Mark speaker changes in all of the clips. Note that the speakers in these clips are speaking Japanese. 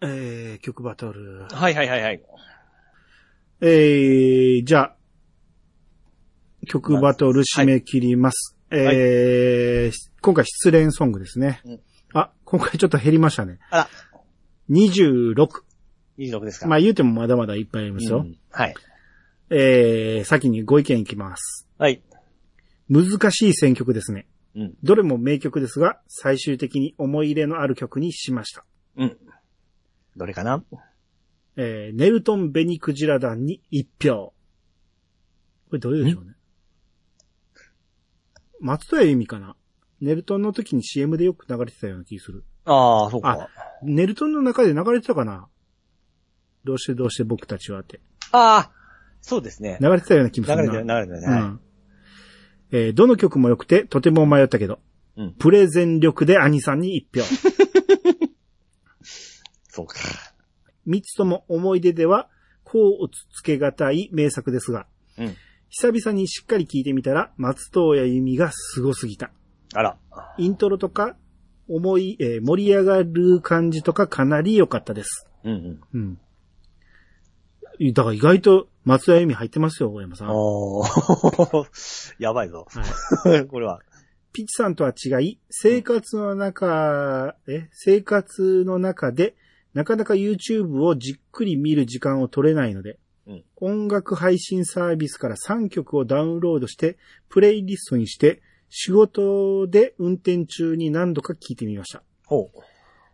Speaker 1: えー、曲バトル。
Speaker 2: はいはいはいはい。
Speaker 1: えー、じゃあ、曲バトル締め切ります。
Speaker 2: はい
Speaker 1: えー、今回失恋ソングですね。
Speaker 2: うん
Speaker 1: あ、今回ちょっと減りましたね。
Speaker 2: あら、
Speaker 1: 26。
Speaker 2: 26ですか。
Speaker 1: まあ言うてもまだまだいっぱいありますよ。
Speaker 2: うんはい。
Speaker 1: えー、先にご意見いきます。
Speaker 2: はい。
Speaker 1: 難しい選曲ですね。
Speaker 2: うん。
Speaker 1: どれも名曲ですが、最終的に思い入れのある曲にしました。
Speaker 2: うん。どれかな
Speaker 1: えー、ネルトン・ベニクジラ団に1票。これどれでしょうね。松任谷由実かなネルトンの時に CM でよく流れてたような気する。
Speaker 2: ああ、そうか。
Speaker 1: ネルトンの中で流れてたかなどうしてどうして僕たちはって。
Speaker 2: ああ、そうですね。
Speaker 1: 流れてたような気も
Speaker 2: 流
Speaker 1: するな。
Speaker 2: れてる、流れてるね。
Speaker 1: う
Speaker 2: は
Speaker 1: ん。えーどの曲も良くて、とても迷ったけど、
Speaker 2: い。うん。
Speaker 1: プレゼン力で兄さんに1票。
Speaker 2: そうか。
Speaker 1: 三つとも思い出では、こうつつけがたい名作ですが、
Speaker 2: うん。
Speaker 1: 久々にしっかり聴いてみたら、松任谷由実が凄すぎた。
Speaker 2: あら。
Speaker 1: イントロとか、思い、えー盛り上がる感じとかかなり良かったです。
Speaker 2: うんうん。
Speaker 1: うん。だから意外と松田由実入ってますよ、大山さん。はい
Speaker 2: おー。 やばいぞ。 これは。
Speaker 1: ピッチさんとは違い、生活の中、え、生活の中で、なかなか YouTube をじっくり見る時間を取れないので、
Speaker 2: うん
Speaker 1: 音楽配信サービスから3曲をダウンロードして、プレイリストにして、仕事で運転中に何度か聴いてみました。
Speaker 2: ほう。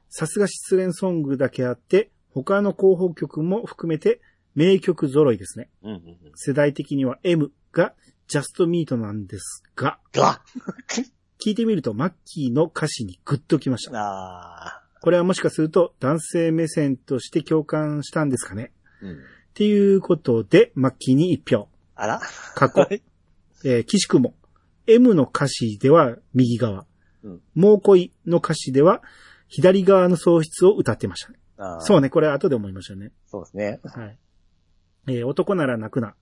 Speaker 1: さすが失恋ソングだけあって、他の候補曲も含めて名曲揃いですね。
Speaker 2: うんうんうん。
Speaker 1: 世代的には M がジャストミートなんですが、
Speaker 2: が
Speaker 1: 聞いてみるとマッキーの歌詞にグッときました。
Speaker 2: あ
Speaker 1: これはもしかすると男性目線として共感したんですかね。
Speaker 2: ー。うん。
Speaker 1: っていうことで、マッキーに一票。
Speaker 2: あら
Speaker 1: 過去
Speaker 2: は、い
Speaker 1: えー、岸くも、M の歌詞では右側、
Speaker 2: うん
Speaker 1: もう恋の歌詞では左側の喪失を歌ってましたね。
Speaker 2: あー
Speaker 1: そうね、これ後で思いましたね。
Speaker 2: そうですね。
Speaker 1: はい。えー男なら泣くな。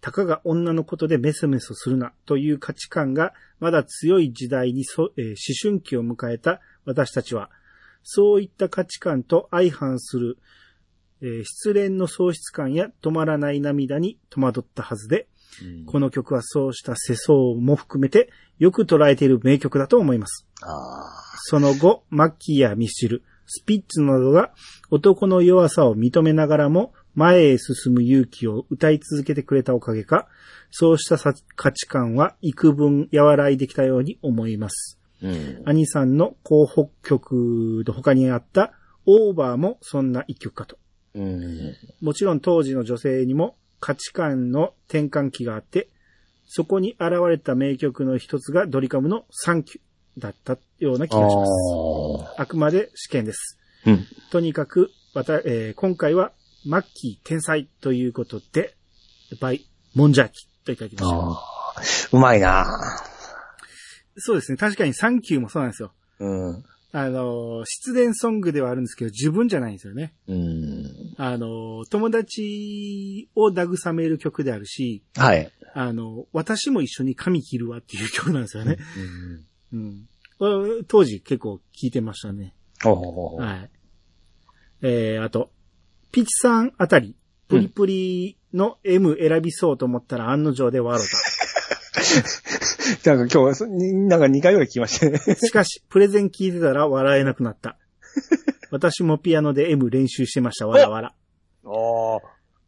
Speaker 1: たかが女のことでメソメソするなという価値観がまだ強い時代にそ、えー思春期を迎えた私たちは、そういった価値観と相反する、えー失恋の喪失感や止まらない涙に戸惑ったはずで、
Speaker 2: うん
Speaker 1: この曲はそうした世相も含めてよく捉えている名曲だと思います。
Speaker 2: あ
Speaker 1: その後、マッキーやミシル、スピッツなどが男の弱さを認めながらも前へ進む勇気を歌い続けてくれたおかげか、そうしたさ価値観は幾分和らいできたように思います。
Speaker 2: ー。うん。
Speaker 1: 兄さんの候補曲の他にあったオーバーもそんな一曲かと。
Speaker 2: うん。
Speaker 1: もちろん当時の女性にも価値観の転換期があって、そこに現れた名曲の一つがドリカムのサンキューだったような気
Speaker 2: あ
Speaker 1: がします。
Speaker 2: ー。
Speaker 1: あくまで試験です。
Speaker 2: うん。
Speaker 1: とにかく、また、えー今回は、マッキー天才ということで、バイ、モンジャーキといただきました。
Speaker 2: ああ。うまいな
Speaker 1: そうですね。確かにサンキューもそうなんですよ。
Speaker 2: うん。
Speaker 1: あのー、失恋ソングではあるんですけど、自分じゃないんですよね。
Speaker 2: うん。
Speaker 1: あのー、友達を慰める曲であるし、
Speaker 2: はい。
Speaker 1: あのー、私も一緒に髪切るわっていう曲なんですよね。
Speaker 2: うん。
Speaker 1: うん。うん当時結構聴いてましたね。
Speaker 2: ほうほうほうほう。
Speaker 1: はい。えー、あと、ピチさんあたり、プリプリの M 選びそうと思ったら案の定で笑う
Speaker 2: なんか今日そ、になんか2回ぐらい聞きましたね。
Speaker 1: た。しかし、プレゼン聞いてたら笑えなくなった。私もピアノで M 練習してました、わらわら。
Speaker 2: ああ。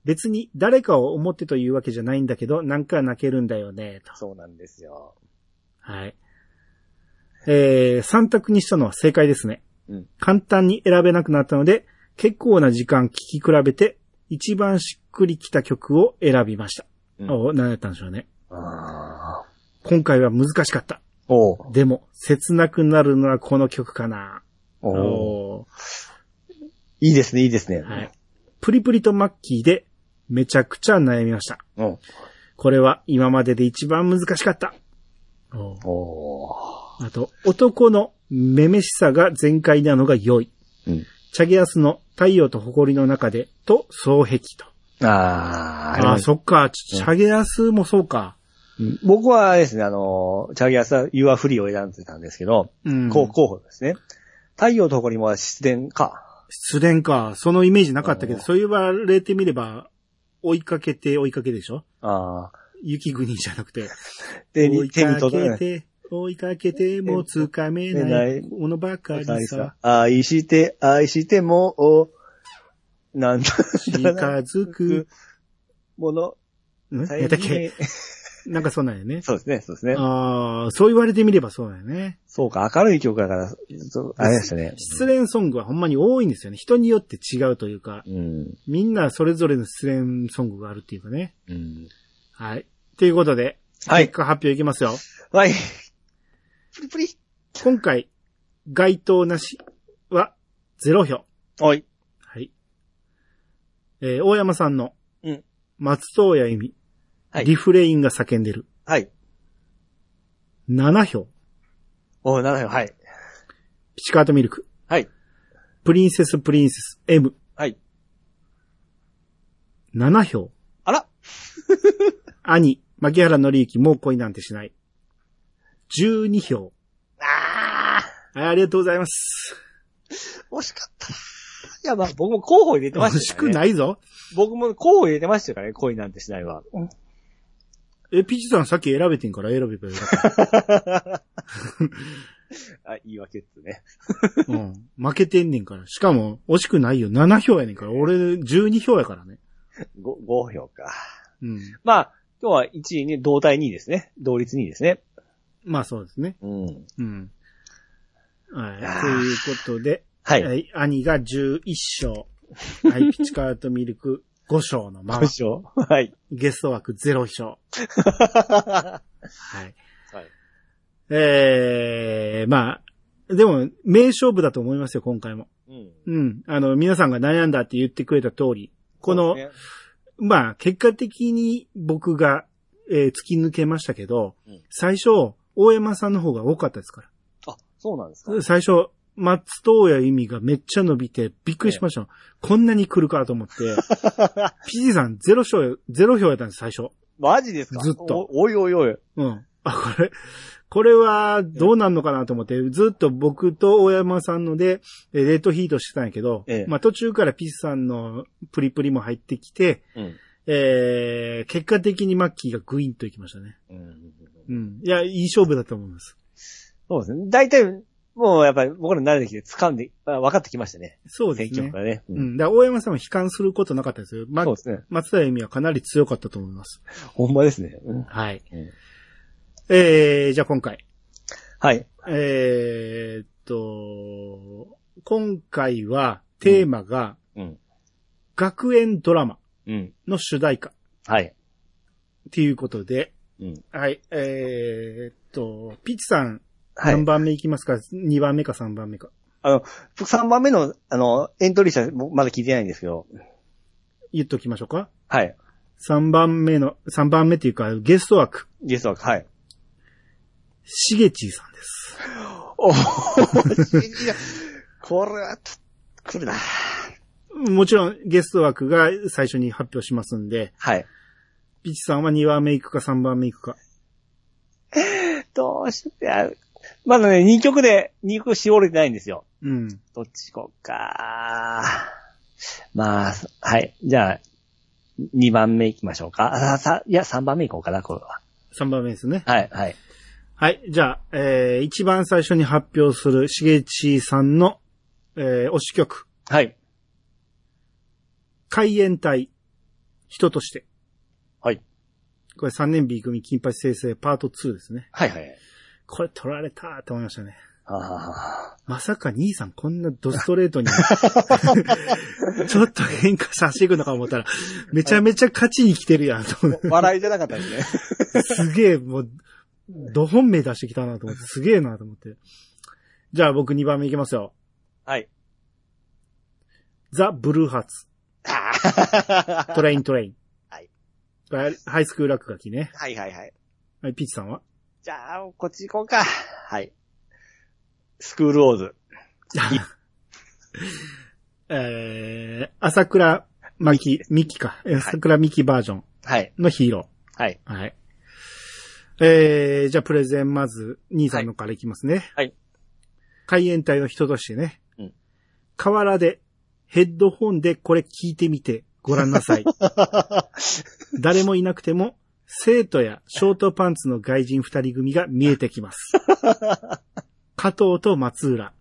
Speaker 1: 別に誰かを思ってというわけじゃないんだけど、なんか泣けるんだよね、と。
Speaker 2: そうなんですよ。
Speaker 1: はい。えー、3択にしたのは正解ですね。
Speaker 2: うん
Speaker 1: 簡単に選べなくなったので、結構な時間聴き比べて、一番しっくりきた曲を選びました。
Speaker 2: うん
Speaker 1: お何やったんでしょうね。
Speaker 2: ああ。
Speaker 1: 今回は難しかった。
Speaker 2: おう。
Speaker 1: でも、切なくなるのはこの曲かな。
Speaker 2: おう。
Speaker 1: お
Speaker 2: いいですね、いいですね。
Speaker 1: ーはい。プリプリとマッキーで、めちゃくちゃ悩みました。
Speaker 2: うん。
Speaker 1: これは今までで一番難しかった。おー
Speaker 2: おう。
Speaker 1: あと、男のめめしさが全開なのが良い。
Speaker 2: うん。
Speaker 1: チャゲアスの太陽と埃の中でと双壁と。
Speaker 2: ああ、あれ
Speaker 1: あ
Speaker 2: は
Speaker 1: あ、そっか。チャゲアスもそうか。
Speaker 2: うん僕はあれですね、あの、チャギアスは You are free を選んでたんですけど、
Speaker 1: うん。
Speaker 2: 候候補ですね。太陽と誇りも失恋か。
Speaker 1: 失恋か。そのイメージなかったけど、
Speaker 2: うん
Speaker 1: そう言われてみれば、追いかけて追いかけでしょ
Speaker 2: ああ。
Speaker 1: 雪国じゃなくて。
Speaker 2: で、
Speaker 1: 追い
Speaker 2: 手に
Speaker 1: か
Speaker 2: 届かな
Speaker 1: け
Speaker 2: い。
Speaker 1: て、追いかけてもつかめ
Speaker 2: めな
Speaker 1: ない
Speaker 2: い
Speaker 1: ものばかりさ。
Speaker 2: 愛して、愛しても、お なんだ、
Speaker 1: 近づく。
Speaker 2: もの、
Speaker 1: ん
Speaker 2: さ
Speaker 1: や
Speaker 2: え
Speaker 1: ったっけ
Speaker 2: に
Speaker 1: なんかそうなんやね。
Speaker 2: そうですね、そうですね。
Speaker 1: ああ、そう言われてみればそうなんやね。
Speaker 2: そうか、明るい曲だから、そうあれでしたね。
Speaker 1: 失恋ソングはほんまに多いんですよね。人によって違うというか、
Speaker 2: うん。
Speaker 1: みんなそれぞれの失恋ソングがあるっていうかね。
Speaker 2: うん。
Speaker 1: はい。ということで、
Speaker 2: はい
Speaker 1: 結。果発表いきますよ。
Speaker 2: はい。プリプリ。
Speaker 1: 今回、該当なしは0票。
Speaker 2: はい。
Speaker 1: はい。えー大山さんの、
Speaker 2: うん
Speaker 1: 松任谷由実、
Speaker 2: はい
Speaker 1: リフレインが叫んでる。
Speaker 2: はい。
Speaker 1: 7票。
Speaker 2: おなるほど、はい。
Speaker 1: ピチカートミルク。
Speaker 2: はい。
Speaker 1: プリンセスプリンセス M。
Speaker 2: はい。
Speaker 1: 7票。
Speaker 2: あら
Speaker 1: 兄、牧原紀之、もう恋なんてしない。12票。
Speaker 2: あ
Speaker 1: はい、ありがとうございます。
Speaker 2: ー惜しかった。いや、まあ、僕も候補入れてま
Speaker 1: 惜
Speaker 2: し
Speaker 1: した
Speaker 2: から
Speaker 1: く
Speaker 2: ね。
Speaker 1: ないぞ。
Speaker 2: 僕も候補入れてましたからね、恋なんてしないわ。
Speaker 1: え、ピチさんさっき選べてんから選べばよかった。
Speaker 2: あ、言い訳っすね。
Speaker 1: うん。負けてんねんから。しかも、惜しくないよ。7票やねんから。俺、12票やからね。
Speaker 2: ご5票か。
Speaker 1: うん。
Speaker 2: まあ、今日は1位に同体2位ですね。同率2位ですね。
Speaker 1: まあそうですね。
Speaker 2: うん。
Speaker 1: うん。はい。
Speaker 2: あー
Speaker 1: ということで、
Speaker 2: は。
Speaker 1: はいい、兄が11勝。 はい、ピチカートミルク5勝のまま
Speaker 2: どう、しよう。はい。
Speaker 1: ゲスト枠0勝。
Speaker 2: は
Speaker 1: はい。
Speaker 2: い。
Speaker 1: えー、まあ、でも、名勝負だと思いますよ、今回も。
Speaker 2: うん。
Speaker 1: うん。あの、皆さんが悩んだって言ってくれた通り、この、
Speaker 2: そうです
Speaker 1: まあ、結果的に僕が、えー突き抜けましたけど、
Speaker 2: うん
Speaker 1: 最初、大山さんの方が多かったですから。
Speaker 2: ね、あ、そうなんですか。
Speaker 1: 最初、松任谷由実がめっちゃ伸びてびっくりしましたよ。こんなに来るかと 思って。ピジさんゼロ票、ゼロ票やったんです、最初。
Speaker 2: マジですか
Speaker 1: ずっと
Speaker 2: お。おいおいおい。
Speaker 1: うん。あ、これ、これはどうなんのかなと思って、ずっと僕と大山さんので、えレートヒートしてたんやけど、
Speaker 2: ええ
Speaker 1: まあ途中からピジさんのプリプリも入ってきて、
Speaker 2: うん。
Speaker 1: えー、結果的にマッキーがグインといきましたね。
Speaker 2: うん。
Speaker 1: うん。いや、いい勝負だと思います。
Speaker 2: そうですね。大体、もうやっぱり僕ら慣れてきて掴んで、あ分かってきましたね。
Speaker 1: そうで
Speaker 2: 選
Speaker 1: す
Speaker 2: 挙
Speaker 1: ね
Speaker 2: か。らね。
Speaker 1: う
Speaker 2: うん
Speaker 1: ん。だから大山さんは悲観することなかったですよ。ま
Speaker 2: そうですね。
Speaker 1: 松田由美はかなり強かったと思います。
Speaker 2: ほんまですね。うん
Speaker 1: はい。
Speaker 2: うん
Speaker 1: えー、じゃあ今回。
Speaker 2: はい。
Speaker 1: えーっと、今回はテーマが
Speaker 2: うん。
Speaker 1: 学園ドラマ
Speaker 2: うん。
Speaker 1: の主題歌っ
Speaker 2: はい。
Speaker 1: ていうことで、
Speaker 2: うん。
Speaker 1: はい、えーっと、ピッチさん
Speaker 2: はい
Speaker 1: 何。番目いきますか、?2 番目か3番目か。
Speaker 2: 3番目の、あの、エントリー者、僕まだ聞いてないんですけど。
Speaker 1: 言っときましょうか。
Speaker 2: はい。
Speaker 1: 3番目の、3番目っていうかゲスト枠、
Speaker 2: ゲストは、はい。
Speaker 1: しげちーさんです。
Speaker 2: おいや、これは、来るな。
Speaker 1: もちろんゲスト枠が最初に発表しますんで、
Speaker 2: はい。
Speaker 1: ピチさんは2番目行くか3番目行くか。
Speaker 2: どうして、あまだね、2曲で、2曲絞れてないんですよ。
Speaker 1: うん。
Speaker 2: どっち行こうか。まあ、はい。じゃあ、2番目行きましょうか。あ、さ、いや、3番目行こうかな、これは。
Speaker 1: 3番目ですね。
Speaker 2: はい、はい。
Speaker 1: はい。じゃあ、えー、一番最初に発表するしげちさんの、えー、推し曲、
Speaker 2: はい。
Speaker 1: 海援隊、人として。
Speaker 2: はい。
Speaker 1: これ3年 B 組金八先生パート2ですね。
Speaker 2: はい、はい。
Speaker 1: これ取られたと思いましたね。
Speaker 2: あ
Speaker 1: まさか兄さんこんなドストレート に、ちょっと変化させていくのか思ったら、めちゃめちゃ勝ちに来てるやんと思って。
Speaker 2: ー笑いじゃなかったですね。
Speaker 1: すげえ、もう、ど本命出してきたなと思って、すげえなと思って。じゃあ僕2番目いきますよ。
Speaker 2: はい。
Speaker 1: ザ・ブルーハーツ、トレイントレイン。
Speaker 2: はい
Speaker 1: これ。ハイスクール落書きね。
Speaker 2: はい、はい、はい。
Speaker 1: はい、ピッチさんは
Speaker 2: じゃあ、こっち行こうか。はい。スクールオーズ。
Speaker 1: えー、朝倉マキ、ミキか。えー朝倉ミキバージョン
Speaker 2: はい。
Speaker 1: のヒーロ
Speaker 2: はい。
Speaker 1: ー。はい。えー、じゃあプレゼンまず、兄さんのからいきますね。
Speaker 2: はいはい。
Speaker 1: 海援隊の人としてね。
Speaker 2: うん。
Speaker 1: 河原でヘッドホンでこれ聞いてみてご覧なさい。誰もいなくても、生徒やショートパンツの外人二人組が見えてきます。加藤と松浦。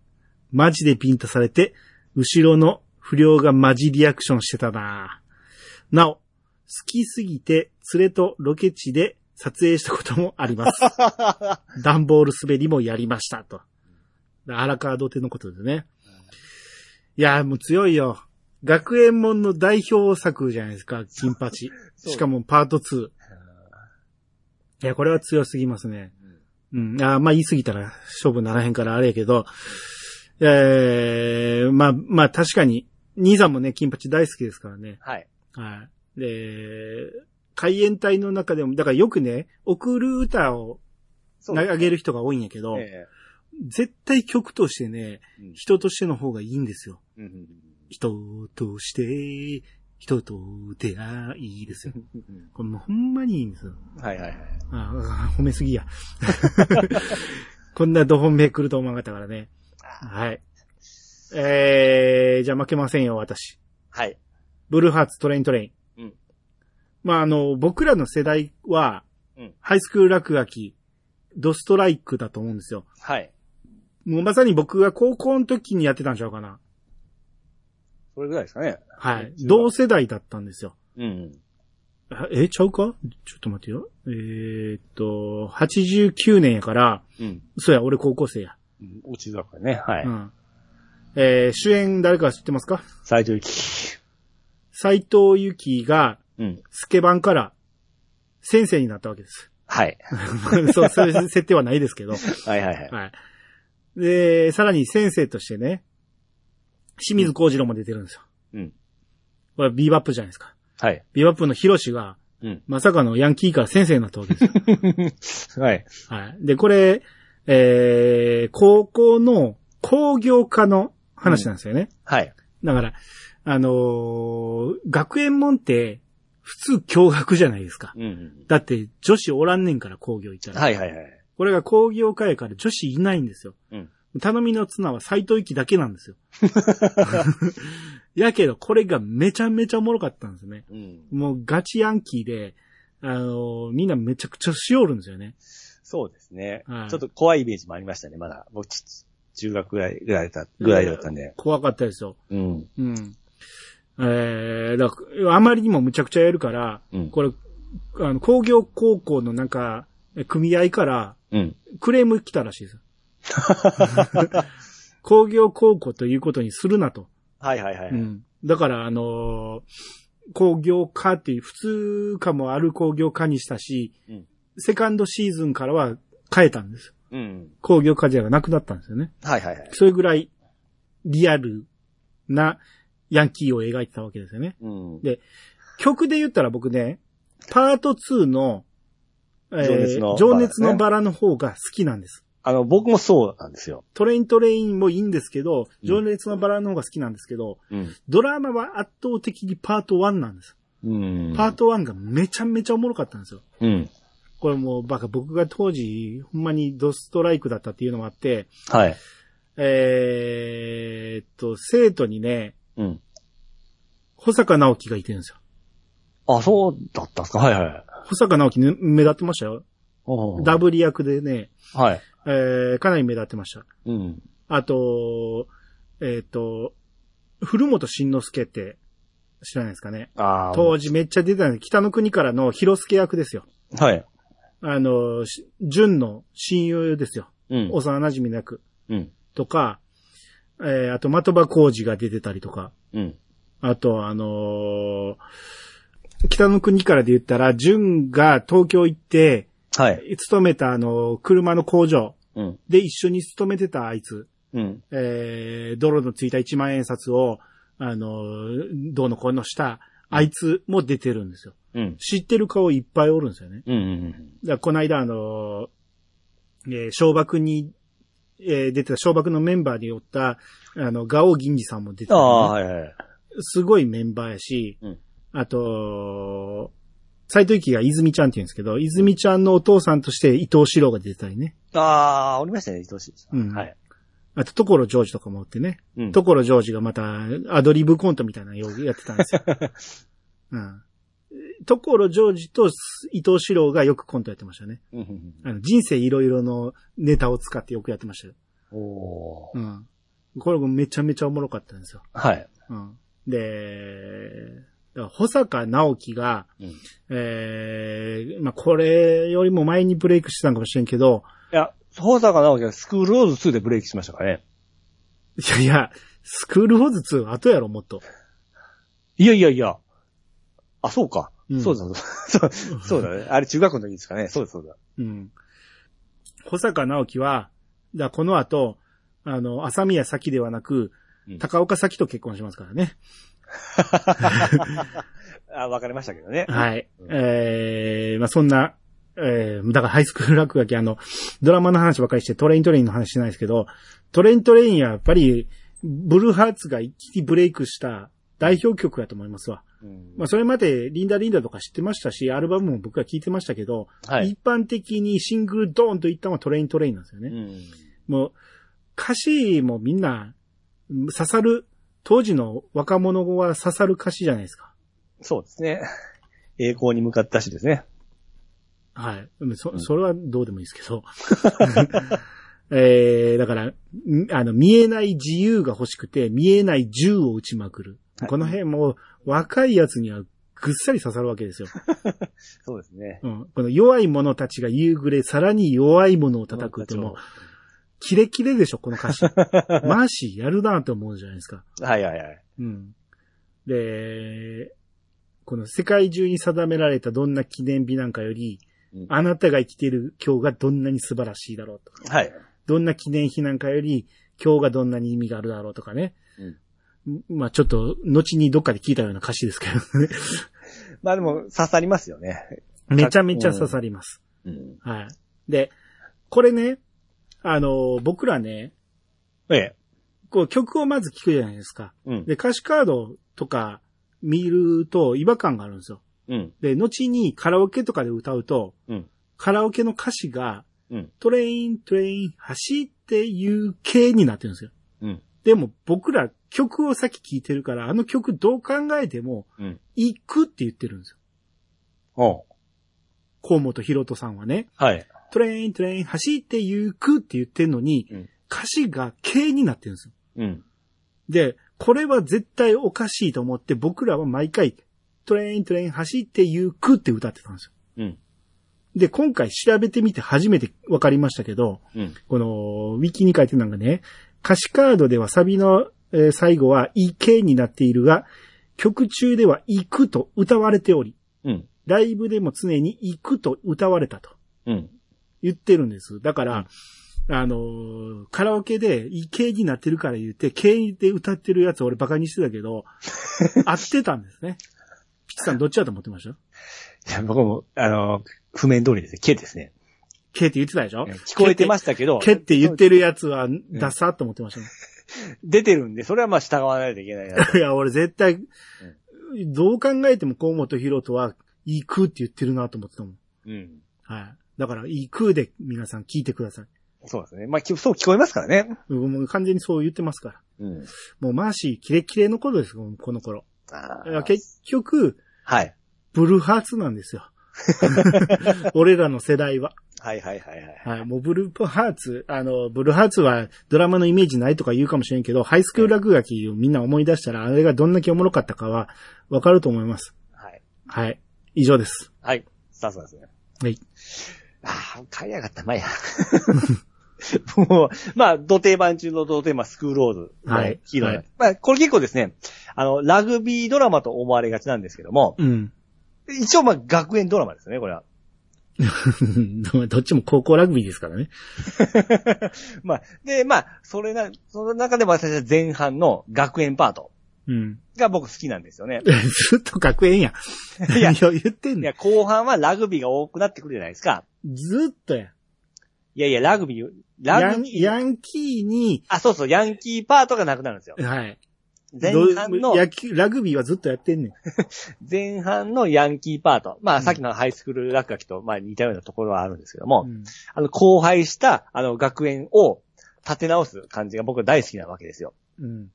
Speaker 1: マジでピンとされて、後ろの不良がマジリアクションしてたななお、好きすぎて連れとロケ地で撮影したこともあります。ダンボール滑りもやりました、と。荒川土手のことでね。いやーもう強いよ。学園門の代表作じゃないですか、金八。しか
Speaker 2: も。
Speaker 1: もパート2。いや、これは強すぎますね。うん。あーまあ言い過ぎたら勝負ならへんからあれやけど、えー、まあ、まあ確かに、兄さんもね、金八大好きですからね。
Speaker 2: はい。
Speaker 1: はい。で、海援隊の中でも、だからよくね、送る歌を
Speaker 2: そう
Speaker 1: 投
Speaker 2: ですね
Speaker 1: げる人が多いんやけど、
Speaker 2: え
Speaker 1: 絶対曲としてね、
Speaker 2: え
Speaker 1: 人としての方がいいんですよ。
Speaker 2: うんうん
Speaker 1: 人として、人と出会いです よ。
Speaker 2: うん
Speaker 1: これもうほんまにいいんですよ。
Speaker 2: うんはいはいはい。
Speaker 1: ああ、褒めすぎや。こんなド本命来ると思わなかったからね。はい。えー、じゃあ負けませんよ、私。
Speaker 2: はい。
Speaker 1: ブルーハーツ、トレイントレイン。
Speaker 2: うん
Speaker 1: まあ、あの、僕らの世代は、
Speaker 2: うん
Speaker 1: ハイスクール落書き、ドストライクだと思うんですよ。
Speaker 2: はい。
Speaker 1: もうまさに僕が高校の時にやってたんちゃうかな。
Speaker 2: それぐらいですかね。
Speaker 1: はい。
Speaker 2: うん
Speaker 1: 同世代だったんですよ。
Speaker 2: うん。
Speaker 1: あえ、ちゃうかちょっと待ってよ。えーっと、89年やから、
Speaker 2: うん。
Speaker 1: そうや、俺高校生や。。
Speaker 2: うん落ちづらくね。はいう
Speaker 1: ん。えー主演誰か知ってますか
Speaker 2: 斎藤幸。
Speaker 1: 斎藤由紀が
Speaker 2: うん。
Speaker 1: スケバンから先生になったわけです。
Speaker 2: はい。
Speaker 1: そう、そういう設定はないですけど。
Speaker 2: はいはいはい。
Speaker 1: はい。で、さらに先生としてね、清水幸次郎も出てるんですよ。
Speaker 2: うん。
Speaker 1: これビーバップじゃないですか。
Speaker 2: はい。
Speaker 1: ビーバップのヒロシが、
Speaker 2: うん。
Speaker 1: まさかのヤンキーから先生になったわけ ですよ。
Speaker 2: はい。
Speaker 1: はい。で、これ、えー、高校の工業科の話なんですよね。
Speaker 2: はい。
Speaker 1: だから、あのー学園門って、普通共学じゃないですか。
Speaker 2: うん。
Speaker 1: だって、女子おらんねんから工業行ったら。
Speaker 2: はいはいはい。
Speaker 1: これが工業科やから女子いないんですよ。
Speaker 2: うん
Speaker 1: 頼みの綱は斎藤幸だけなん ですよ。やけど、これがめちゃめちゃおもろかったんですね。
Speaker 2: うん。
Speaker 1: もうガチヤンキーで、あのーみんなめちゃくちゃしおるんですよね。
Speaker 2: そうですね。
Speaker 1: はい
Speaker 2: ちょっと怖いイメージもありましたね、まだ。僕、ち中学ぐらい、ぐらいだぐらいだったんで。
Speaker 1: 怖かったですよ。
Speaker 2: うん。
Speaker 1: うん。えー、だからあまりにもむちゃくちゃやるから、
Speaker 2: うん。
Speaker 1: これ、あの、工業高校のなんか、え組合から
Speaker 2: うん。
Speaker 1: クレーム来たらしいです。工業高校ということにするなと。
Speaker 2: はいはいはい。
Speaker 1: うん。だから、あのー工業科っていう、普通科もある工業科にしたし、
Speaker 2: うん
Speaker 1: セカンドシーズンからは変えたんです。
Speaker 2: うん。
Speaker 1: 工業科じゃなくなったんですよね。
Speaker 2: はいはいはい。
Speaker 1: それぐらい、リアルなヤンキーを描いてたわけですよね。
Speaker 2: うん。
Speaker 1: で曲で言ったら僕ね、パート2の、え
Speaker 2: 情熱のバラ
Speaker 1: 情熱のバラの方が好きなんです。
Speaker 2: あの、僕もそうなんですよ。
Speaker 1: トレイントレインもいいんですけど、
Speaker 2: うん
Speaker 1: 情熱のバラの方が好きなんですけど、
Speaker 2: うん。
Speaker 1: ドラマは圧倒的にパート1なんです。
Speaker 2: うん。
Speaker 1: パート1がめちゃめちゃおもろかったんですよ。
Speaker 2: うん。
Speaker 1: これもうバカ、僕が当時、ほんまにドストライクだったっていうのもあって、
Speaker 2: はい。
Speaker 1: えーっと、生徒にね、
Speaker 2: うん。
Speaker 1: 保坂直樹がいてるんですよ。
Speaker 2: あ、そうだったんですかはいはい。
Speaker 1: 保坂直樹、ね、目立ってましたよ。
Speaker 2: おー
Speaker 1: ダブリ役でね、
Speaker 2: はい。
Speaker 1: えー、かなり目立ってました。
Speaker 2: うん。
Speaker 1: あと、えっ、と、古本慎之介って知らないですかね。
Speaker 2: ああ。
Speaker 1: 当時めっちゃ出てたんで北の国からの広助役ですよ。
Speaker 2: はい。
Speaker 1: あの、し純の親友ですよ。
Speaker 2: うん。
Speaker 1: 幼馴染の役
Speaker 2: うん。
Speaker 1: とか、えーあと、的場浩二が出てたりとか、
Speaker 2: うん。
Speaker 1: あと、あのー北の国からで言ったら、純が東京行って、
Speaker 2: はい。
Speaker 1: 勤めたあの、車の工場
Speaker 2: うん。
Speaker 1: で一緒に勤めてたあいつ、
Speaker 2: うん。
Speaker 1: えー、泥のついた1万円札を、あのー、どうのこうのした、あいつも出てるんですよ。
Speaker 2: うん。
Speaker 1: 知ってる顔いっぱいおるんですよね。
Speaker 2: うん。うん。
Speaker 1: だからこの間、あのー、えー、小爆に、えー、出てた、小爆のメンバーにおった、あの、ガオ銀次さんも出てた、
Speaker 2: ああ、はいはい。
Speaker 1: すごいメンバーやし、
Speaker 2: うん
Speaker 1: あと、斎藤幸が泉ちゃんって言うんですけど、泉ちゃんのお父さんとして伊藤四郎が出てたりね。
Speaker 2: ああ、おりましたね、愛しいです。
Speaker 1: うん
Speaker 2: はい。
Speaker 1: あと、ところジョージとかもおってね。
Speaker 2: うん。
Speaker 1: ところジョージがまたアドリブコントみたいなのをやってたん ですよ。うん。ところジョージと伊藤四郎がよくコントやってましたね。
Speaker 2: うんうんうん
Speaker 1: あの、人生いろいろのネタを使ってよくやってましたよ。
Speaker 2: おー
Speaker 1: うん。これもめちゃめちゃおもろかったんですよ。
Speaker 2: はい。
Speaker 1: うん。で、だから保坂直樹が、
Speaker 2: うんい
Speaker 1: ええまあ、これよりも前にブレイクしてたんかもしれんけど、
Speaker 2: や、保坂直樹はスクールローズ2でブレイクしましたからね。
Speaker 1: いやいや、スクールウォーズ2は後やろ、もっと。
Speaker 2: いやいやいや。あ、そうか。
Speaker 1: うん
Speaker 2: そうだ、そうだそうそうだね。あれ中学の時ですかね。そう だ、そうだ。
Speaker 1: うん。保坂直樹は、だこの後、あの、浅宮咲ではなく
Speaker 2: うん、
Speaker 1: 高岡咲と結婚しますからね。
Speaker 2: あ、わかりましたけどね。
Speaker 1: はい。ええまあ、そんな、ええだからハイスクール落書き、あの、ドラマの話ばかりしてトレイントレインの話しないですけど、トレイントレインはやっぱり、ブルーハーツが一気にブレイクした代表曲やと思いますわ。
Speaker 2: うん
Speaker 1: まあ、それまでリンダリンダとか知ってましたし、アルバムも僕は聴いてましたけど、
Speaker 2: はい。
Speaker 1: 一般的にシングルドーンといったのはトレイントレインなんですよね。
Speaker 2: うん
Speaker 1: もう、歌詞もみんな、うん刺さる、当時の若者は刺さる歌詞じゃないですか。
Speaker 2: そうですね。栄光に向かったしですね。
Speaker 1: はい。
Speaker 2: う
Speaker 1: そ、
Speaker 2: ん
Speaker 1: それはどうでもいいですけど。 えー、だから、んあの、見えない自由が欲しくて、見えない銃を撃ちまくる。
Speaker 2: はい
Speaker 1: この辺も、若いやつにはぐっさり刺さるわけですよ。
Speaker 2: そうですね。
Speaker 1: うん、この弱い者たちが夕暮れ、さらに弱い者を叩くってもう、キレキレでしょ、この歌詞。マーシーやるなって思うじゃないですか。
Speaker 2: はいはいはい。
Speaker 1: うん。で、この世界中に定められたどんな記念日なんかより
Speaker 2: うん、
Speaker 1: あなたが生きている今日がどんなに素晴らしいだろうとか、
Speaker 2: はい。
Speaker 1: どんな記念日なんかより、今日がどんなに意味があるだろうとかね。んまあちょっと、後にどっかで聞いたような歌詞ですけど ね。
Speaker 2: まあでも、刺さりますよね。
Speaker 1: めちゃめちゃ刺さります。
Speaker 2: うん。
Speaker 1: はい。で、これね、あの、僕らね、
Speaker 2: ええ。
Speaker 1: こう曲をまず聞くじゃないですか。
Speaker 2: うん。
Speaker 1: で、歌詞カードとか見ると違和感があるんですよ。
Speaker 2: うん。
Speaker 1: で、後にカラオケとかで歌うと、
Speaker 2: うん
Speaker 1: カラオケの歌詞が、
Speaker 2: うん
Speaker 1: トレイン、トレイン、走って行けになってるんですよ。
Speaker 2: うん。
Speaker 1: でも僕ら曲をさっき聴いてるから、あの曲どう考えても、
Speaker 2: うん。
Speaker 1: 行くって言ってるんですよ。
Speaker 2: おう
Speaker 1: 河本ひろとさんはね、
Speaker 2: はい。
Speaker 1: トレイン、トレイン、走って行くって言ってるのに、
Speaker 2: うん
Speaker 1: 歌詞が K になってるんですよ。
Speaker 2: うん。
Speaker 1: で、これは絶対おかしいと思って、僕らは毎回、トレイン、トレイン、走って行くって歌ってたんですよ。
Speaker 2: うん。
Speaker 1: で、今回調べてみて初めて分かりましたけど、
Speaker 2: うん。
Speaker 1: この、ウィキに書いてなんかね、歌詞カードではサビの、えー最後は EK になっているが、曲中では行くと歌われており、
Speaker 2: うん。
Speaker 1: ライブでも常に行くと歌われたと
Speaker 2: うん。
Speaker 1: 言ってるんです。だから、あのーカラオケで EK になってるから言って、K で歌ってるやつ俺バカにしてたけ ど、合ってたんですね。ピッチさんどっちだと思ってました
Speaker 2: いや、僕も、あの、譜面通りですね。K ですね。
Speaker 1: ?K って言ってたでしょ
Speaker 2: 聞こえてましたけど、
Speaker 1: けって言ってるやつは、ダサーと思ってましたね、
Speaker 2: 出てるんで、それはまあ従わないといけないなと。
Speaker 1: いや、俺絶対、どう考えても河本ロとは、行くって言ってるなと思ってたもん。
Speaker 2: うん。
Speaker 1: はい。だから、行くで皆さん聞いてください。
Speaker 2: そうですね。まあ、きそう聞こえますからね。
Speaker 1: 僕もう完全にそう言ってますから。
Speaker 2: うん。
Speaker 1: もうマーシー、キレッキレの頃ですよ、この頃。
Speaker 2: あ
Speaker 1: だから
Speaker 2: ー
Speaker 1: 結局、
Speaker 2: はい。
Speaker 1: ブルーハーツなん ですよ。俺らの世代は。
Speaker 2: はいはいはいはい。
Speaker 1: はい。もうブルーハーツ、あの、ブルーハーツはドラマのイメージないとか言うかもしれんけど、ハイスクール落書きをみんな思い出したら、あれがどんだけおもろかったかは、わかると思います。
Speaker 2: はい。
Speaker 1: はい。以上です。
Speaker 2: はい。スタートですね。
Speaker 1: はい。
Speaker 2: ああ、帰りやがった、まあいいや。 もう、まあ、土定番中の土定番、スクールローズ。
Speaker 1: はい
Speaker 2: ヒーローなん
Speaker 1: はい
Speaker 2: ですまあ、これ結構ですね、あの、ラグビードラマと思われがちなんですけども、
Speaker 1: うん。
Speaker 2: 一応まあ、学園ドラマですね、これは。
Speaker 1: どっちも高校ラグビーですからね。
Speaker 2: まあ、で、まあ、それな、その中でも私は前半の学園パート
Speaker 1: うん。。
Speaker 2: が僕好きなんですよね
Speaker 1: ずっと学園や。
Speaker 2: いや、い
Speaker 1: 何を言ってんね
Speaker 2: や、
Speaker 1: ん。
Speaker 2: 後半はラグビーが多くなってくるじゃないですか。
Speaker 1: ずっとや。
Speaker 2: いやいや、ラグビー、
Speaker 1: ヤ
Speaker 2: ラグ
Speaker 1: ン
Speaker 2: ビー、
Speaker 1: ヤンキーに、
Speaker 2: あ、そうそう、ヤンキーパートがなくなるんですよ。
Speaker 1: はい。
Speaker 2: 前半
Speaker 1: ど
Speaker 2: の
Speaker 1: う、野球、ラグビーはずっとやってんねん。
Speaker 2: 前半のヤンキーパート。ま
Speaker 1: う
Speaker 2: あ、
Speaker 1: ん
Speaker 2: さっきのハイスクール落書きと、まあ、似たようなところはあるんですけども、
Speaker 1: うん
Speaker 2: あの、荒廃した、あの、学園を、立て直す感じが僕大好きなわけですよ。
Speaker 1: うん。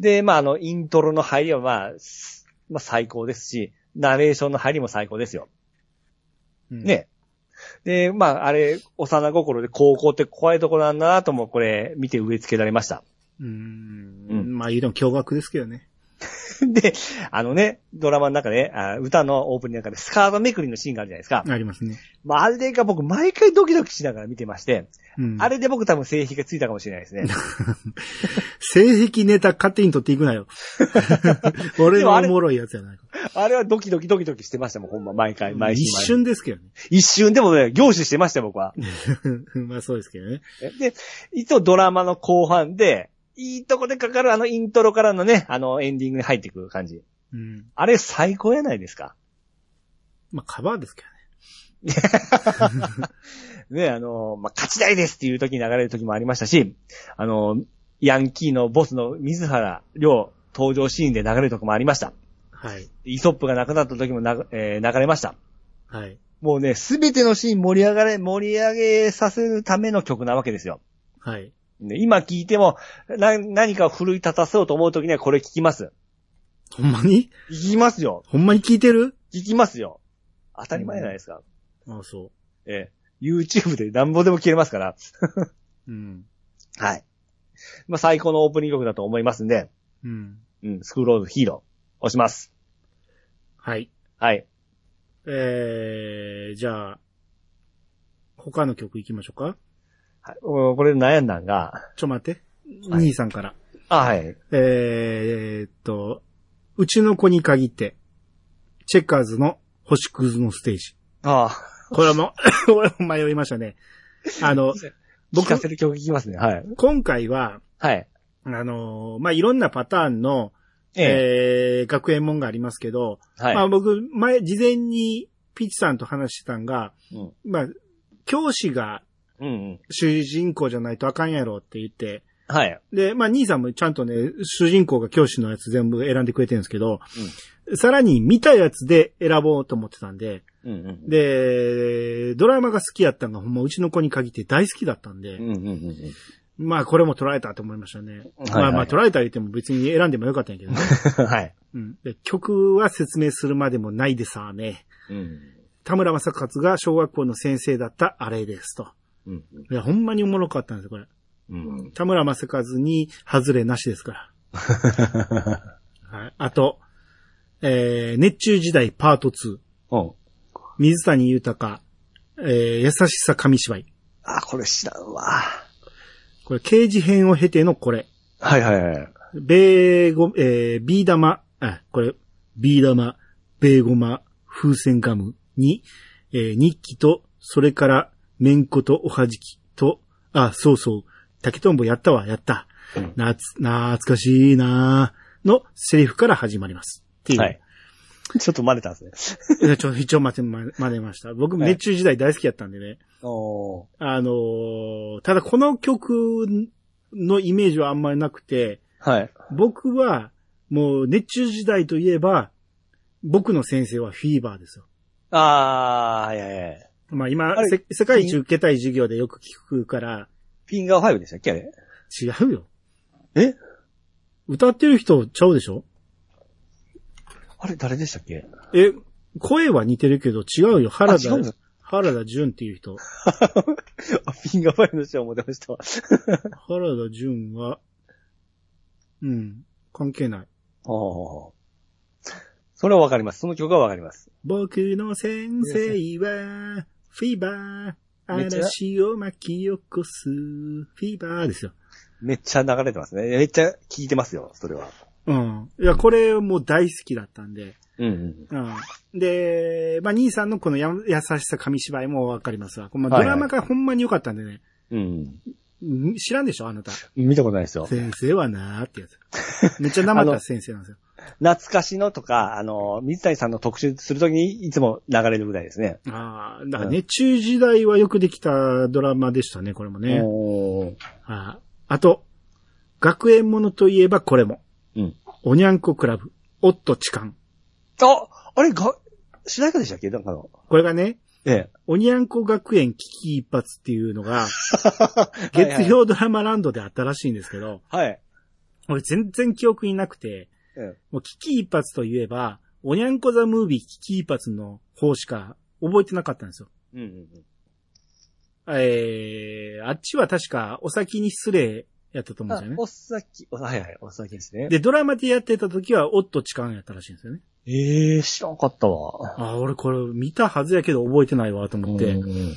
Speaker 2: で、まあ、あの、イントロの入りは、まあ、すまあ、最高ですし、ナレーションの入りも最高ですよ。
Speaker 1: うん。
Speaker 2: ね。で、まあ、あれ、幼心で高校って怖いところなんだなとも、これ、見て植え付けられました。
Speaker 1: うー。
Speaker 2: うんん
Speaker 1: まあ言うても驚愕ですけどね。
Speaker 2: で、あのね、ドラマの中で、あ歌のオープニングの中で、スカートめくりのシーンがあるじゃないですか。
Speaker 1: ありますね。
Speaker 2: まあ、あれが僕、毎回ドキドキしながら見てまして、
Speaker 1: うん。
Speaker 2: あれで僕多分性癖がついたかもしれないです ね。
Speaker 1: 性癖ネタ勝手に取っていく なよ。俺のおもろいやつやないか。
Speaker 2: あれはドキドキドキドキしてましたもん、ほんま、毎回、毎週。
Speaker 1: 一
Speaker 2: 毎週
Speaker 1: 瞬ですけどね。
Speaker 2: 一瞬でもね、凝視してましたよ、僕は。
Speaker 1: まあそうですけどね。
Speaker 2: で、一応ドラマの後半で、いいとこでかかるあのイントロからのね、あのエンディングに入ってくる感じ。
Speaker 1: うん。
Speaker 2: あれ最高やないですか。
Speaker 1: まあカバーですけどね。
Speaker 2: ね、あの、まあ、勝ちたいですっていう時に流れる時もありましたし、あの、ヤンキーのボスの水原亮登場シーンで流れる時もありました。
Speaker 1: はい。
Speaker 2: イソップが亡くなった時もな、えー流れました。
Speaker 1: はい。
Speaker 2: もうね、すべてのシーン盛り上がれ、盛り上げさせるための曲なわけですよ。
Speaker 1: はい。
Speaker 2: ね今聴いても、な、何かを奮い立たそうと思う時にはこれ聴きます。
Speaker 1: ほんまに
Speaker 2: 聴きますよ。
Speaker 1: ほんまに聞いてる
Speaker 2: 聞きますよ。当たり前じゃないですか。
Speaker 1: ああ、そ
Speaker 2: ええ。YouTube でなんぼでも消えますから。
Speaker 1: う。うん。
Speaker 2: はい。まあ、最高のオープニング曲だと思いますんで、
Speaker 1: うん。
Speaker 2: うん、スクールオブヒーロー、押します。
Speaker 1: はい。
Speaker 2: はい。
Speaker 1: えー、じゃあ、他の曲行きましょうか。
Speaker 2: はい、おこれ悩んだんが、
Speaker 1: ちょ待って。
Speaker 2: はい
Speaker 1: 兄さんから。
Speaker 2: あ、はい。
Speaker 1: えーっと、うちの子に限って、チェッカーズの星屑のステージ。
Speaker 2: ああ、
Speaker 1: これはもう、 俺も迷いましたね。あの、
Speaker 2: 僕
Speaker 1: 僕
Speaker 2: か、せる 曲聞きますね。はい。
Speaker 1: 今回は、
Speaker 2: はい。
Speaker 1: あの、まあ、いろんなパターンの、
Speaker 2: ええ。
Speaker 1: えー学園もんがありますけど、
Speaker 2: はい。
Speaker 1: まあ、僕、前、事前に、ピッチさんと話してたんが、
Speaker 2: うん。
Speaker 1: まあ、教師が
Speaker 2: うんうん。
Speaker 1: 主人公じゃないとあかんやろって言って、
Speaker 2: はい。
Speaker 1: で、まあ、兄さんもちゃんとね、主人公が教師のやつ全部選んでくれてるんですけど、さらに見たやつで選ぼうと思ってたんで、
Speaker 2: うんうん。
Speaker 1: で、ドラマが好きやったんが、ほんまうちの子に限って大好きだったんで、
Speaker 2: うんうんうんうん。
Speaker 1: まあこれも捉えたと思いましたね。
Speaker 2: はい
Speaker 1: まあま
Speaker 2: は
Speaker 1: あ
Speaker 2: い
Speaker 1: 捉えた言っても別に選んでもよかったんや けどね。
Speaker 2: はい。
Speaker 1: うん、で曲は説明するまでもないでさあね。
Speaker 2: うん。
Speaker 1: 田村正勝が小学校の先生だったあれですと。
Speaker 2: うん。
Speaker 1: いや、ほんまにおもろかったんですよ、これ。
Speaker 2: うん。
Speaker 1: 田村正和に外れなしですから。はい。あと、えー、熱中時代パート2。
Speaker 2: うん。
Speaker 1: 水谷豊、えー、優しさ紙芝居。
Speaker 2: あ、これ知らんわ。
Speaker 1: これ、刑事編を経てのこれ。
Speaker 2: はいはいはい。
Speaker 1: ベーゴ、えー、ビー玉、あ、これ、ビー玉、ベーゴマ、風船ガムに、えー日記と、それから、めんことおはじきと、あ、そうそう、竹とんぼやったわ、やった
Speaker 2: うん。
Speaker 1: なつ、懐かしいなーのセリフから始まります。っていう。
Speaker 2: はい。ちょっと真似たんですね。
Speaker 1: いやちょ、一応待て、ま真似ました。僕、
Speaker 2: はい
Speaker 1: 熱中時代大好きやったんでね。
Speaker 2: おー。
Speaker 1: あのーただこの曲のイメージはあんまりなくて、
Speaker 2: はい。
Speaker 1: 僕は、もう熱中時代といえば、僕の先生はフィーバーですよ。
Speaker 2: あー、はいはいはい。
Speaker 1: まあ今
Speaker 2: あ、れ
Speaker 1: せ世界一受けたい授業でよく聞くから、
Speaker 2: フィンガーファイブでしたっけあれ。
Speaker 1: 違うよ。
Speaker 2: え
Speaker 1: 歌ってる人ちゃうでしょ
Speaker 2: あれ誰でしたっけ
Speaker 1: え、声は似てるけど違うよ。原
Speaker 2: あ違うん
Speaker 1: 田
Speaker 2: だ、
Speaker 1: 原田純っていう人。
Speaker 2: あフィンガーファイブの人は思ってましたわ。
Speaker 1: 原田純は、うん、関係ない。
Speaker 2: おー。それはわかります。その曲はわかります。
Speaker 1: 僕の先生は、フィーバー。
Speaker 2: めっちゃ
Speaker 1: 嵐を巻き起こす、フィーバーですよ。
Speaker 2: めっちゃ流れてますね。めっちゃ聴いてますよ、それは。
Speaker 1: うん。いや、これもう大好きだったんで。
Speaker 2: うんうん。
Speaker 1: うん。で、まあ、兄さんのこのや優しさ紙芝居もわかりますわ。まあ、
Speaker 2: は
Speaker 1: ド
Speaker 2: いは
Speaker 1: ラ
Speaker 2: い
Speaker 1: マがほんまに良かったんでね。
Speaker 2: うん。
Speaker 1: ん知らんでしょあなた。
Speaker 2: 見たことないですよ。
Speaker 1: 先生はなーってやつ。めっちゃ生田先生なん ですよ。
Speaker 2: 懐かしのとか、あの、水谷さんの特集するときにいつも流れるぐらいですね。
Speaker 1: ああー、だから熱中時代はよくできたドラマでしたね、これもね。
Speaker 2: おー。
Speaker 1: あーあと、学園ものといえばこれも。
Speaker 2: うん。
Speaker 1: おにゃんこクラブ、おっと痴漢。
Speaker 2: あ、あれが、主題歌でしたっけなんかの。
Speaker 1: これがね、
Speaker 2: え
Speaker 1: おにゃんこ学園危機一発っていうのが、
Speaker 2: え。
Speaker 1: 月曜ドラマランドであったらしいんですけど、
Speaker 2: はいはい。
Speaker 1: 俺全然記憶になくて、
Speaker 2: え
Speaker 1: もう危機一発といえば、おにゃんこザムービー危機一発の方しか覚えてなかったんですよ。
Speaker 2: え。うんうんうん。
Speaker 1: えー、あっちは確かお先に失礼やったと思うん
Speaker 2: あ
Speaker 1: ですよね
Speaker 2: お。先、おはいはい、お先ですね。
Speaker 1: で、ドラマでやってた時は、おっと痴漢やったらしいんですよね。
Speaker 2: ええ知らんかったわ。
Speaker 1: あー、俺これ見たはずやけど覚えてないわと思って、
Speaker 2: うんうん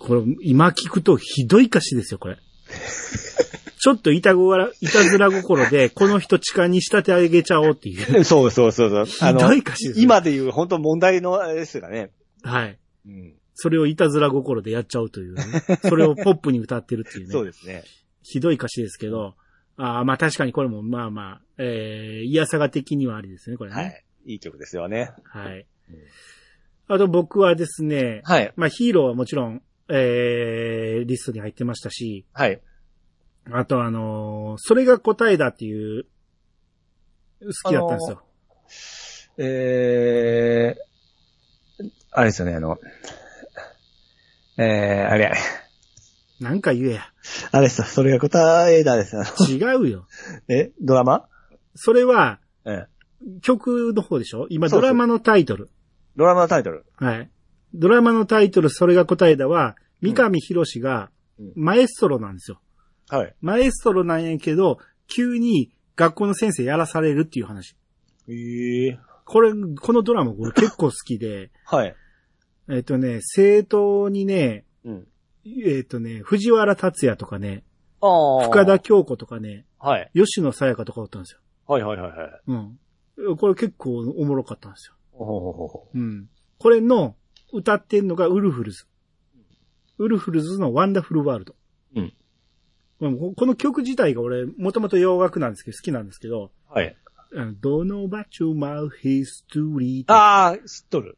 Speaker 1: これ今聞くとひどい歌詞ですよ、こ れ。ちょっといたごら、いたずら心で、この人痴漢に仕立て上げちゃおうっていう。
Speaker 2: そうそうそうそう。あ
Speaker 1: ひど
Speaker 2: の
Speaker 1: い、歌詞ですよ。。
Speaker 2: 今でいう本当問題のあれですよね。
Speaker 1: はい。
Speaker 2: うん。
Speaker 1: それをいたずら心でやっちゃうという、ね、それをポップに歌ってるっていうね。
Speaker 2: そうですね。
Speaker 1: ひどい歌詞ですけど、あーまあ確かにこれもまあまあ、えー、いやさが的にはありですね、これ
Speaker 2: は
Speaker 1: ね。
Speaker 2: い。いい曲ですよね。
Speaker 1: はい。
Speaker 2: うん
Speaker 1: あと僕はですね、
Speaker 2: はい。
Speaker 1: まあヒーローはもちろん、えー、リストに入ってましたし、
Speaker 2: はい。
Speaker 1: あとあのーそれが答えだっていう、好きだったんですよ。
Speaker 2: えー、あれですよね、あの、えー、あれ、
Speaker 1: なんか言えや。
Speaker 2: あれですよそれが答えだですよ。
Speaker 1: 違うよ。
Speaker 2: え、ドラマ
Speaker 1: それは、
Speaker 2: ええ。
Speaker 1: 曲の方でしょ今
Speaker 2: そうそ
Speaker 1: ド
Speaker 2: う
Speaker 1: ラマのタイトル。
Speaker 2: ドラマのタイトル。
Speaker 1: はい。ドラマのタイトル、それが答えだは、三上博史が
Speaker 2: うん、
Speaker 1: マエストロなんですよ。
Speaker 2: はい。
Speaker 1: マエストロなんやけど、急に学校の先生やらされるっていう話。
Speaker 2: ええ。
Speaker 1: これ、このドラマ俺結構好きで、
Speaker 2: はい。
Speaker 1: えっとね、生徒にね、
Speaker 2: うん。
Speaker 1: えっとね、藤原達也とかね、
Speaker 2: ああ。
Speaker 1: 深田。京子とかね、
Speaker 2: はい。
Speaker 1: 吉野さやかとかおったんですよ。
Speaker 2: はいはいはいはい。
Speaker 1: うん。これ結構おもろかったんですよ。
Speaker 2: ほうほうほうほ
Speaker 1: うん。これの歌ってんのがウルフルズ。ウルフルズのワンダフルワールド。
Speaker 2: うん
Speaker 1: うん。この曲自体が俺、もともと洋楽なんですけど、好きなんですけど、
Speaker 2: うはい。
Speaker 1: あのどの場所もヒストリー
Speaker 2: ああ、知っとる。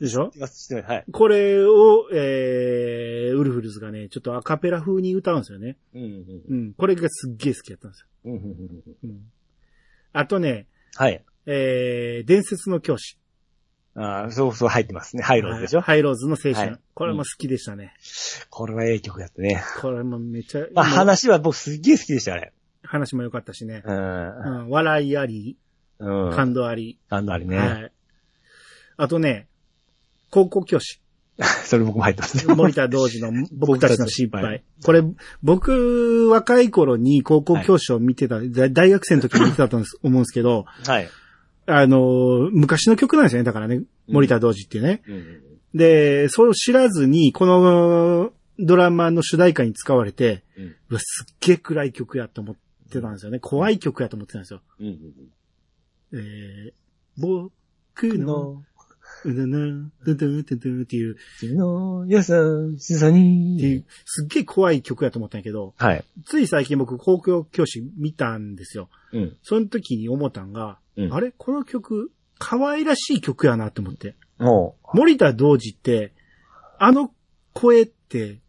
Speaker 1: でしょ
Speaker 2: 知ってます、知ってます。はい。
Speaker 1: これを、えー、ウルフルズがね、ちょっとアカペラ風に歌うんですよね。
Speaker 2: うんうん
Speaker 1: うん。これがすっげえ好きだったんですよ。
Speaker 2: うんうんうんうん。
Speaker 1: うん。あとね、
Speaker 2: はい。
Speaker 1: えー、伝説の教師。
Speaker 2: ああ、そうそう入ってますね。ハイローズでしょ、
Speaker 1: ハイローズの青春。
Speaker 2: はい
Speaker 1: これも好きでしたね。
Speaker 2: これはええ曲やったね。
Speaker 1: これもめちゃ、
Speaker 2: まあ
Speaker 1: もう
Speaker 2: 話は僕すっげえ好きでした、あれ。
Speaker 1: 話も良かったしね。う、
Speaker 2: うん
Speaker 1: 笑いあり、
Speaker 2: ん。うん。
Speaker 1: 感動あり。
Speaker 2: あのあれ
Speaker 1: は
Speaker 2: ね。
Speaker 1: い。あとね、高校教 師。
Speaker 2: それ僕も入ってますね。
Speaker 1: 森田同時の僕たちの失
Speaker 2: 僕
Speaker 1: 敗
Speaker 2: たちの失敗。
Speaker 1: これ、僕、若い頃に高校教師を見てた、だ大学生の時に見てたと思うんですけど、
Speaker 2: はい。
Speaker 1: あのー、昔の曲なんですよね、だからね。森田同時ってね。
Speaker 2: うん。
Speaker 1: で、そう知らずに、このドラマの主題歌に使われて、
Speaker 2: うん
Speaker 1: うわすっげえ暗い曲やと思ってたんですよね。怖い曲やと思ってたんですよ。
Speaker 2: うん。
Speaker 1: えー、僕の、うだな、だだだだっていう、っ
Speaker 2: の優しさに。
Speaker 1: ていう、すっげえ怖い曲やと思ったんやけど、
Speaker 2: はい。
Speaker 1: つい最近僕、高校教師見たんですよ。
Speaker 2: うん。
Speaker 1: その時に思ったんが、
Speaker 2: うん
Speaker 1: あれこの曲、可愛らしい曲やなと思って。
Speaker 2: も
Speaker 1: 森田同時って、あの声って、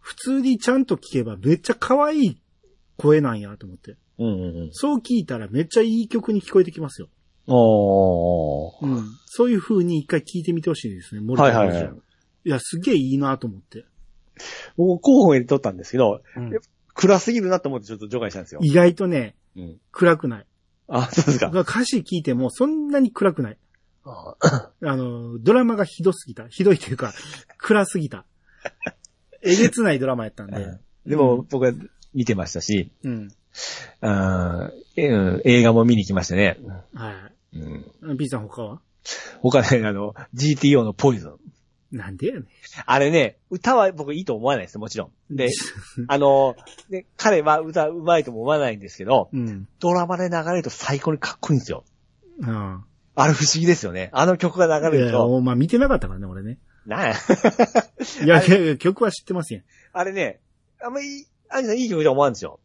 Speaker 1: 普通にちゃんと聞けばめっちゃ可愛い声なんやと思って。
Speaker 2: う。うんうんうん。
Speaker 1: そう聞いたらめっちゃいい曲に聞こえてきますよ。
Speaker 2: おー。
Speaker 1: うん。そういう風に一回聞いてみてほしいですね、森田
Speaker 2: はい
Speaker 1: 同
Speaker 2: は
Speaker 1: 時
Speaker 2: いはい。
Speaker 1: いや、すげえいいなと思って。
Speaker 2: 僕候補に取ったんですけど、
Speaker 1: うん
Speaker 2: やっ暗すぎるなと思ってちょっと除外したんですよ。
Speaker 1: 意外とね、
Speaker 2: うん。
Speaker 1: 暗くない。
Speaker 2: あ、そうですか。
Speaker 1: 歌詞聞いてもそんなに暗くない。
Speaker 2: あ
Speaker 1: あの、ドラマがひどすぎた。ひどいというか、 暗すぎた。えげつないドラマやったんで。
Speaker 2: で
Speaker 1: う
Speaker 2: も
Speaker 1: ん
Speaker 2: 僕は見てましたし、
Speaker 1: うん。
Speaker 2: あーえうん映画も見に行きましたね。
Speaker 1: は
Speaker 2: うん
Speaker 1: い。B さん他は
Speaker 2: 他ね、あの、GTO のポイズン。
Speaker 1: なんでやねん。
Speaker 2: あれね、歌は僕いいと思わないですもちろん。で、あの、で彼は歌うまいとも思わないんですけど、
Speaker 1: うん。
Speaker 2: ドラマで流れると最高にかっこいいんですよ。
Speaker 1: あ
Speaker 2: あれ不思議ですよね。あの曲が
Speaker 1: あ。
Speaker 2: 流れる
Speaker 1: いや、
Speaker 2: と、
Speaker 1: おまあ見てなかったからね、俺ね。
Speaker 2: なん
Speaker 1: い
Speaker 2: や
Speaker 1: や、
Speaker 2: あ
Speaker 1: いやいや曲は知ってますやん。い
Speaker 2: あれね、あんまり、あんいい曲とは思わんですよ。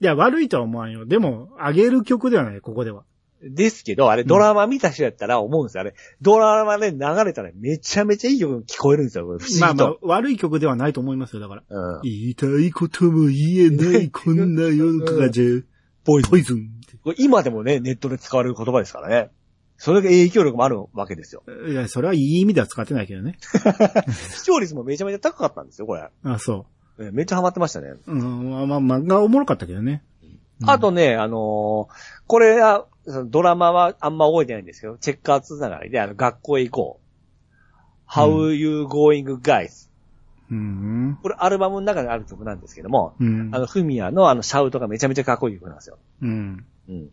Speaker 1: や、悪いとは思わんよ。でも、あげる曲ではない、ここでは。
Speaker 2: ですけど、あれドラマ見た人やったら思うんですよ。あれ、ドラマで流れたらめちゃめちゃいい曲聞こえるんですよ。これ不思議と。
Speaker 1: まあまあ、悪い曲ではないと思いますよ、だから。
Speaker 2: うん。
Speaker 1: 言いたいことも言え ない、こんな世の中じゃ、
Speaker 2: ポイズン
Speaker 1: ポイズン。
Speaker 2: これ今でもね、ネットで使われる言葉ですからね。それが影響力もあるわけですよ。
Speaker 1: いや、それはいい意味では使ってないけどね。
Speaker 2: 視聴率もめちゃめちゃ高かったんですよ、これ。
Speaker 1: あ、そ
Speaker 2: えーめっちゃハマってましたね。
Speaker 1: う。うん、まあまあ、漫画おもろかったけどね。うん
Speaker 2: あとね、あのーこれは、そのドラマはあんま覚えてないんですけど、チェッカーつながりで、あの、学校へ行こう。How you going guys?
Speaker 1: うん。
Speaker 2: これアルバムの中である曲なんですけども、
Speaker 1: うん
Speaker 2: あ。の、フミヤのあの、シャウトがめちゃめちゃかっこいい曲なんですよ。
Speaker 1: うん。
Speaker 2: うん。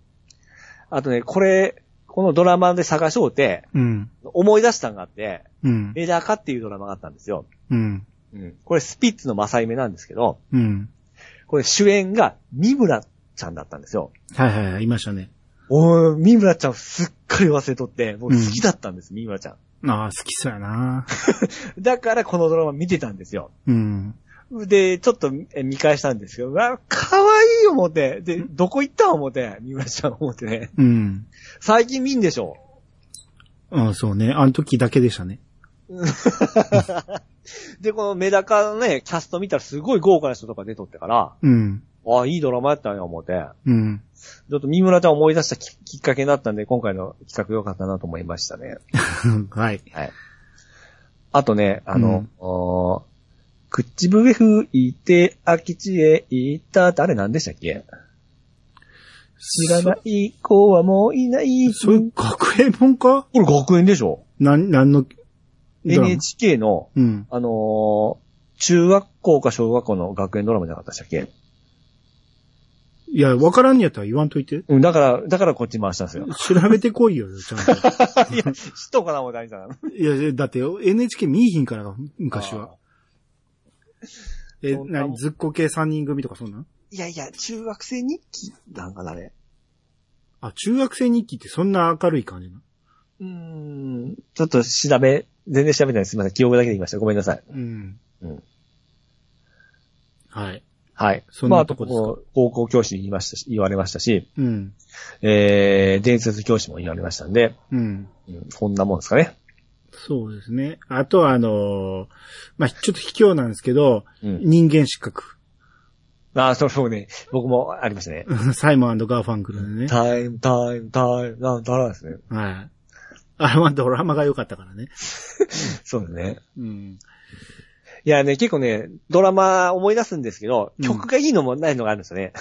Speaker 2: あとね、これ、このドラマで探しようって、
Speaker 1: うん。
Speaker 2: 思い出したんがあって、
Speaker 1: うん。
Speaker 2: メダカっていうドラマがあったんですよ。
Speaker 1: うん。
Speaker 2: うん。これスピッツのマサイメなんですけど、
Speaker 1: うん。
Speaker 2: これ主演が三村ちゃんだったんですよ。
Speaker 1: はいはいはい、いましたね。
Speaker 2: おー、三村ちゃんすっかり忘れとって、もう好きだったんです、三村ちゃん。
Speaker 1: ああ、好きそうやな。
Speaker 2: だからこのドラマ見てたんですよ。
Speaker 1: うん。
Speaker 2: で、ちょっとえ見返したんですけど、うわ、可愛い思って、で、どこ行った思って、三村ちゃん思ってね。
Speaker 1: うん。
Speaker 2: 最近見んでしょ
Speaker 1: ああ、そうね。あの時だけでしたね。
Speaker 2: で、このメダカのね、キャスト見たらすごい豪華な人とか出とってから、
Speaker 1: うん。
Speaker 2: ああ、いいドラマやったね、思って。
Speaker 1: うん。
Speaker 2: ちょっと三村ちゃん思い出したききっかけになったんで、今回の企画良かったなと思いましたね。
Speaker 1: はい。
Speaker 2: はい。あとね、あ
Speaker 1: う
Speaker 2: の
Speaker 1: ん、
Speaker 2: おー口笛吹いて空き地へ行ったって、あれ何でしたっけ知らない子はもういない。
Speaker 1: そそういう学園本か
Speaker 2: これ学園でしょ
Speaker 1: なん、なんの、ドラマ
Speaker 2: ?NHK の、
Speaker 1: うん。
Speaker 2: あのー中学校か小学校の学園ドラマじゃなかったでしたっけ
Speaker 1: いや、わからんやったら言わんといて。
Speaker 2: うん、だから、だからこっち回したんです よ。
Speaker 1: 調べてこいよ、ちゃん と。
Speaker 2: いや、知っとかな、もう大事だな。
Speaker 1: いや、だってよ NHK 見いひんから、昔は。え、
Speaker 2: そんなもん
Speaker 1: なに、ずっこ系3人組とかそんなん
Speaker 2: いやいや、中学生日記なんかな、あれ。
Speaker 1: あ、中学生日記ってそんな明るい感じなの
Speaker 2: うーん、ちょっと調べ、全然調べてないです。すみません。記憶だけで言いました。ごめんなさい。
Speaker 1: うん。
Speaker 2: うん
Speaker 1: はい。
Speaker 2: はい。
Speaker 1: そんな
Speaker 2: まあ
Speaker 1: とこですか
Speaker 2: あと高校教師に言いましたし、言われましたし、
Speaker 1: うん。
Speaker 2: えー、伝説教師も言われましたんで、
Speaker 1: うん。
Speaker 2: うん、こんなもんですかね。
Speaker 1: そうですね。あとは、あのーまあ、ちょっと卑怯なんですけど、
Speaker 2: うん。
Speaker 1: 人間失格。
Speaker 2: ああ、そうそうね。僕もありましたね。
Speaker 1: サイモンガーファンクルのね。
Speaker 2: タイム、タイム、タイム、なんだらですね。
Speaker 1: はい。あれはドラマが良かったからね。
Speaker 2: そうですね。
Speaker 1: うん。
Speaker 2: いやね、結構ね、ドラマ思い出すんですけど、曲がいいのもないのがあるんですよね。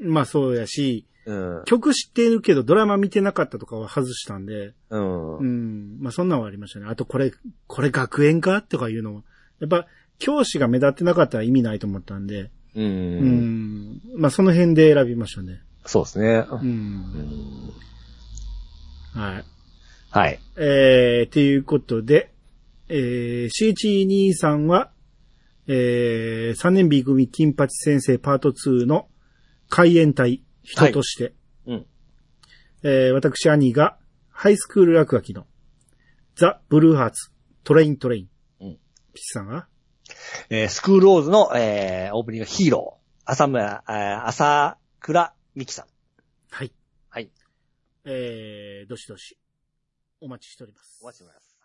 Speaker 1: まあそうやし、
Speaker 2: うん。
Speaker 1: 曲知ってるけどドラマ見てなかったとかは外したんで、
Speaker 2: うん。
Speaker 1: うん。まあそんなんはありましたね。あとこれ、これ学園かとかいうのは。やっぱ、教師が目立ってなかったら意味ないと思ったんで、
Speaker 2: う。
Speaker 1: うんん。まあその辺で選びましたね。
Speaker 2: そうですね。
Speaker 1: う。
Speaker 2: うんん
Speaker 1: はい。
Speaker 2: はい。
Speaker 1: えー、ということで、えー、C123 は、えー、3年 B 組金八先生パート2の海援隊人として、
Speaker 2: うん。
Speaker 1: えー、私兄がハイスクール落書きのザ・ブルーハーツトレイントレイン。
Speaker 2: うん
Speaker 1: ピチさんが
Speaker 2: えースクールオーズの、えーオープニングヒーロー、浅村、えー浅倉美希さん。
Speaker 1: はい。
Speaker 2: はい。
Speaker 1: えー、どしどしお待ちしております。
Speaker 2: お待ちしております。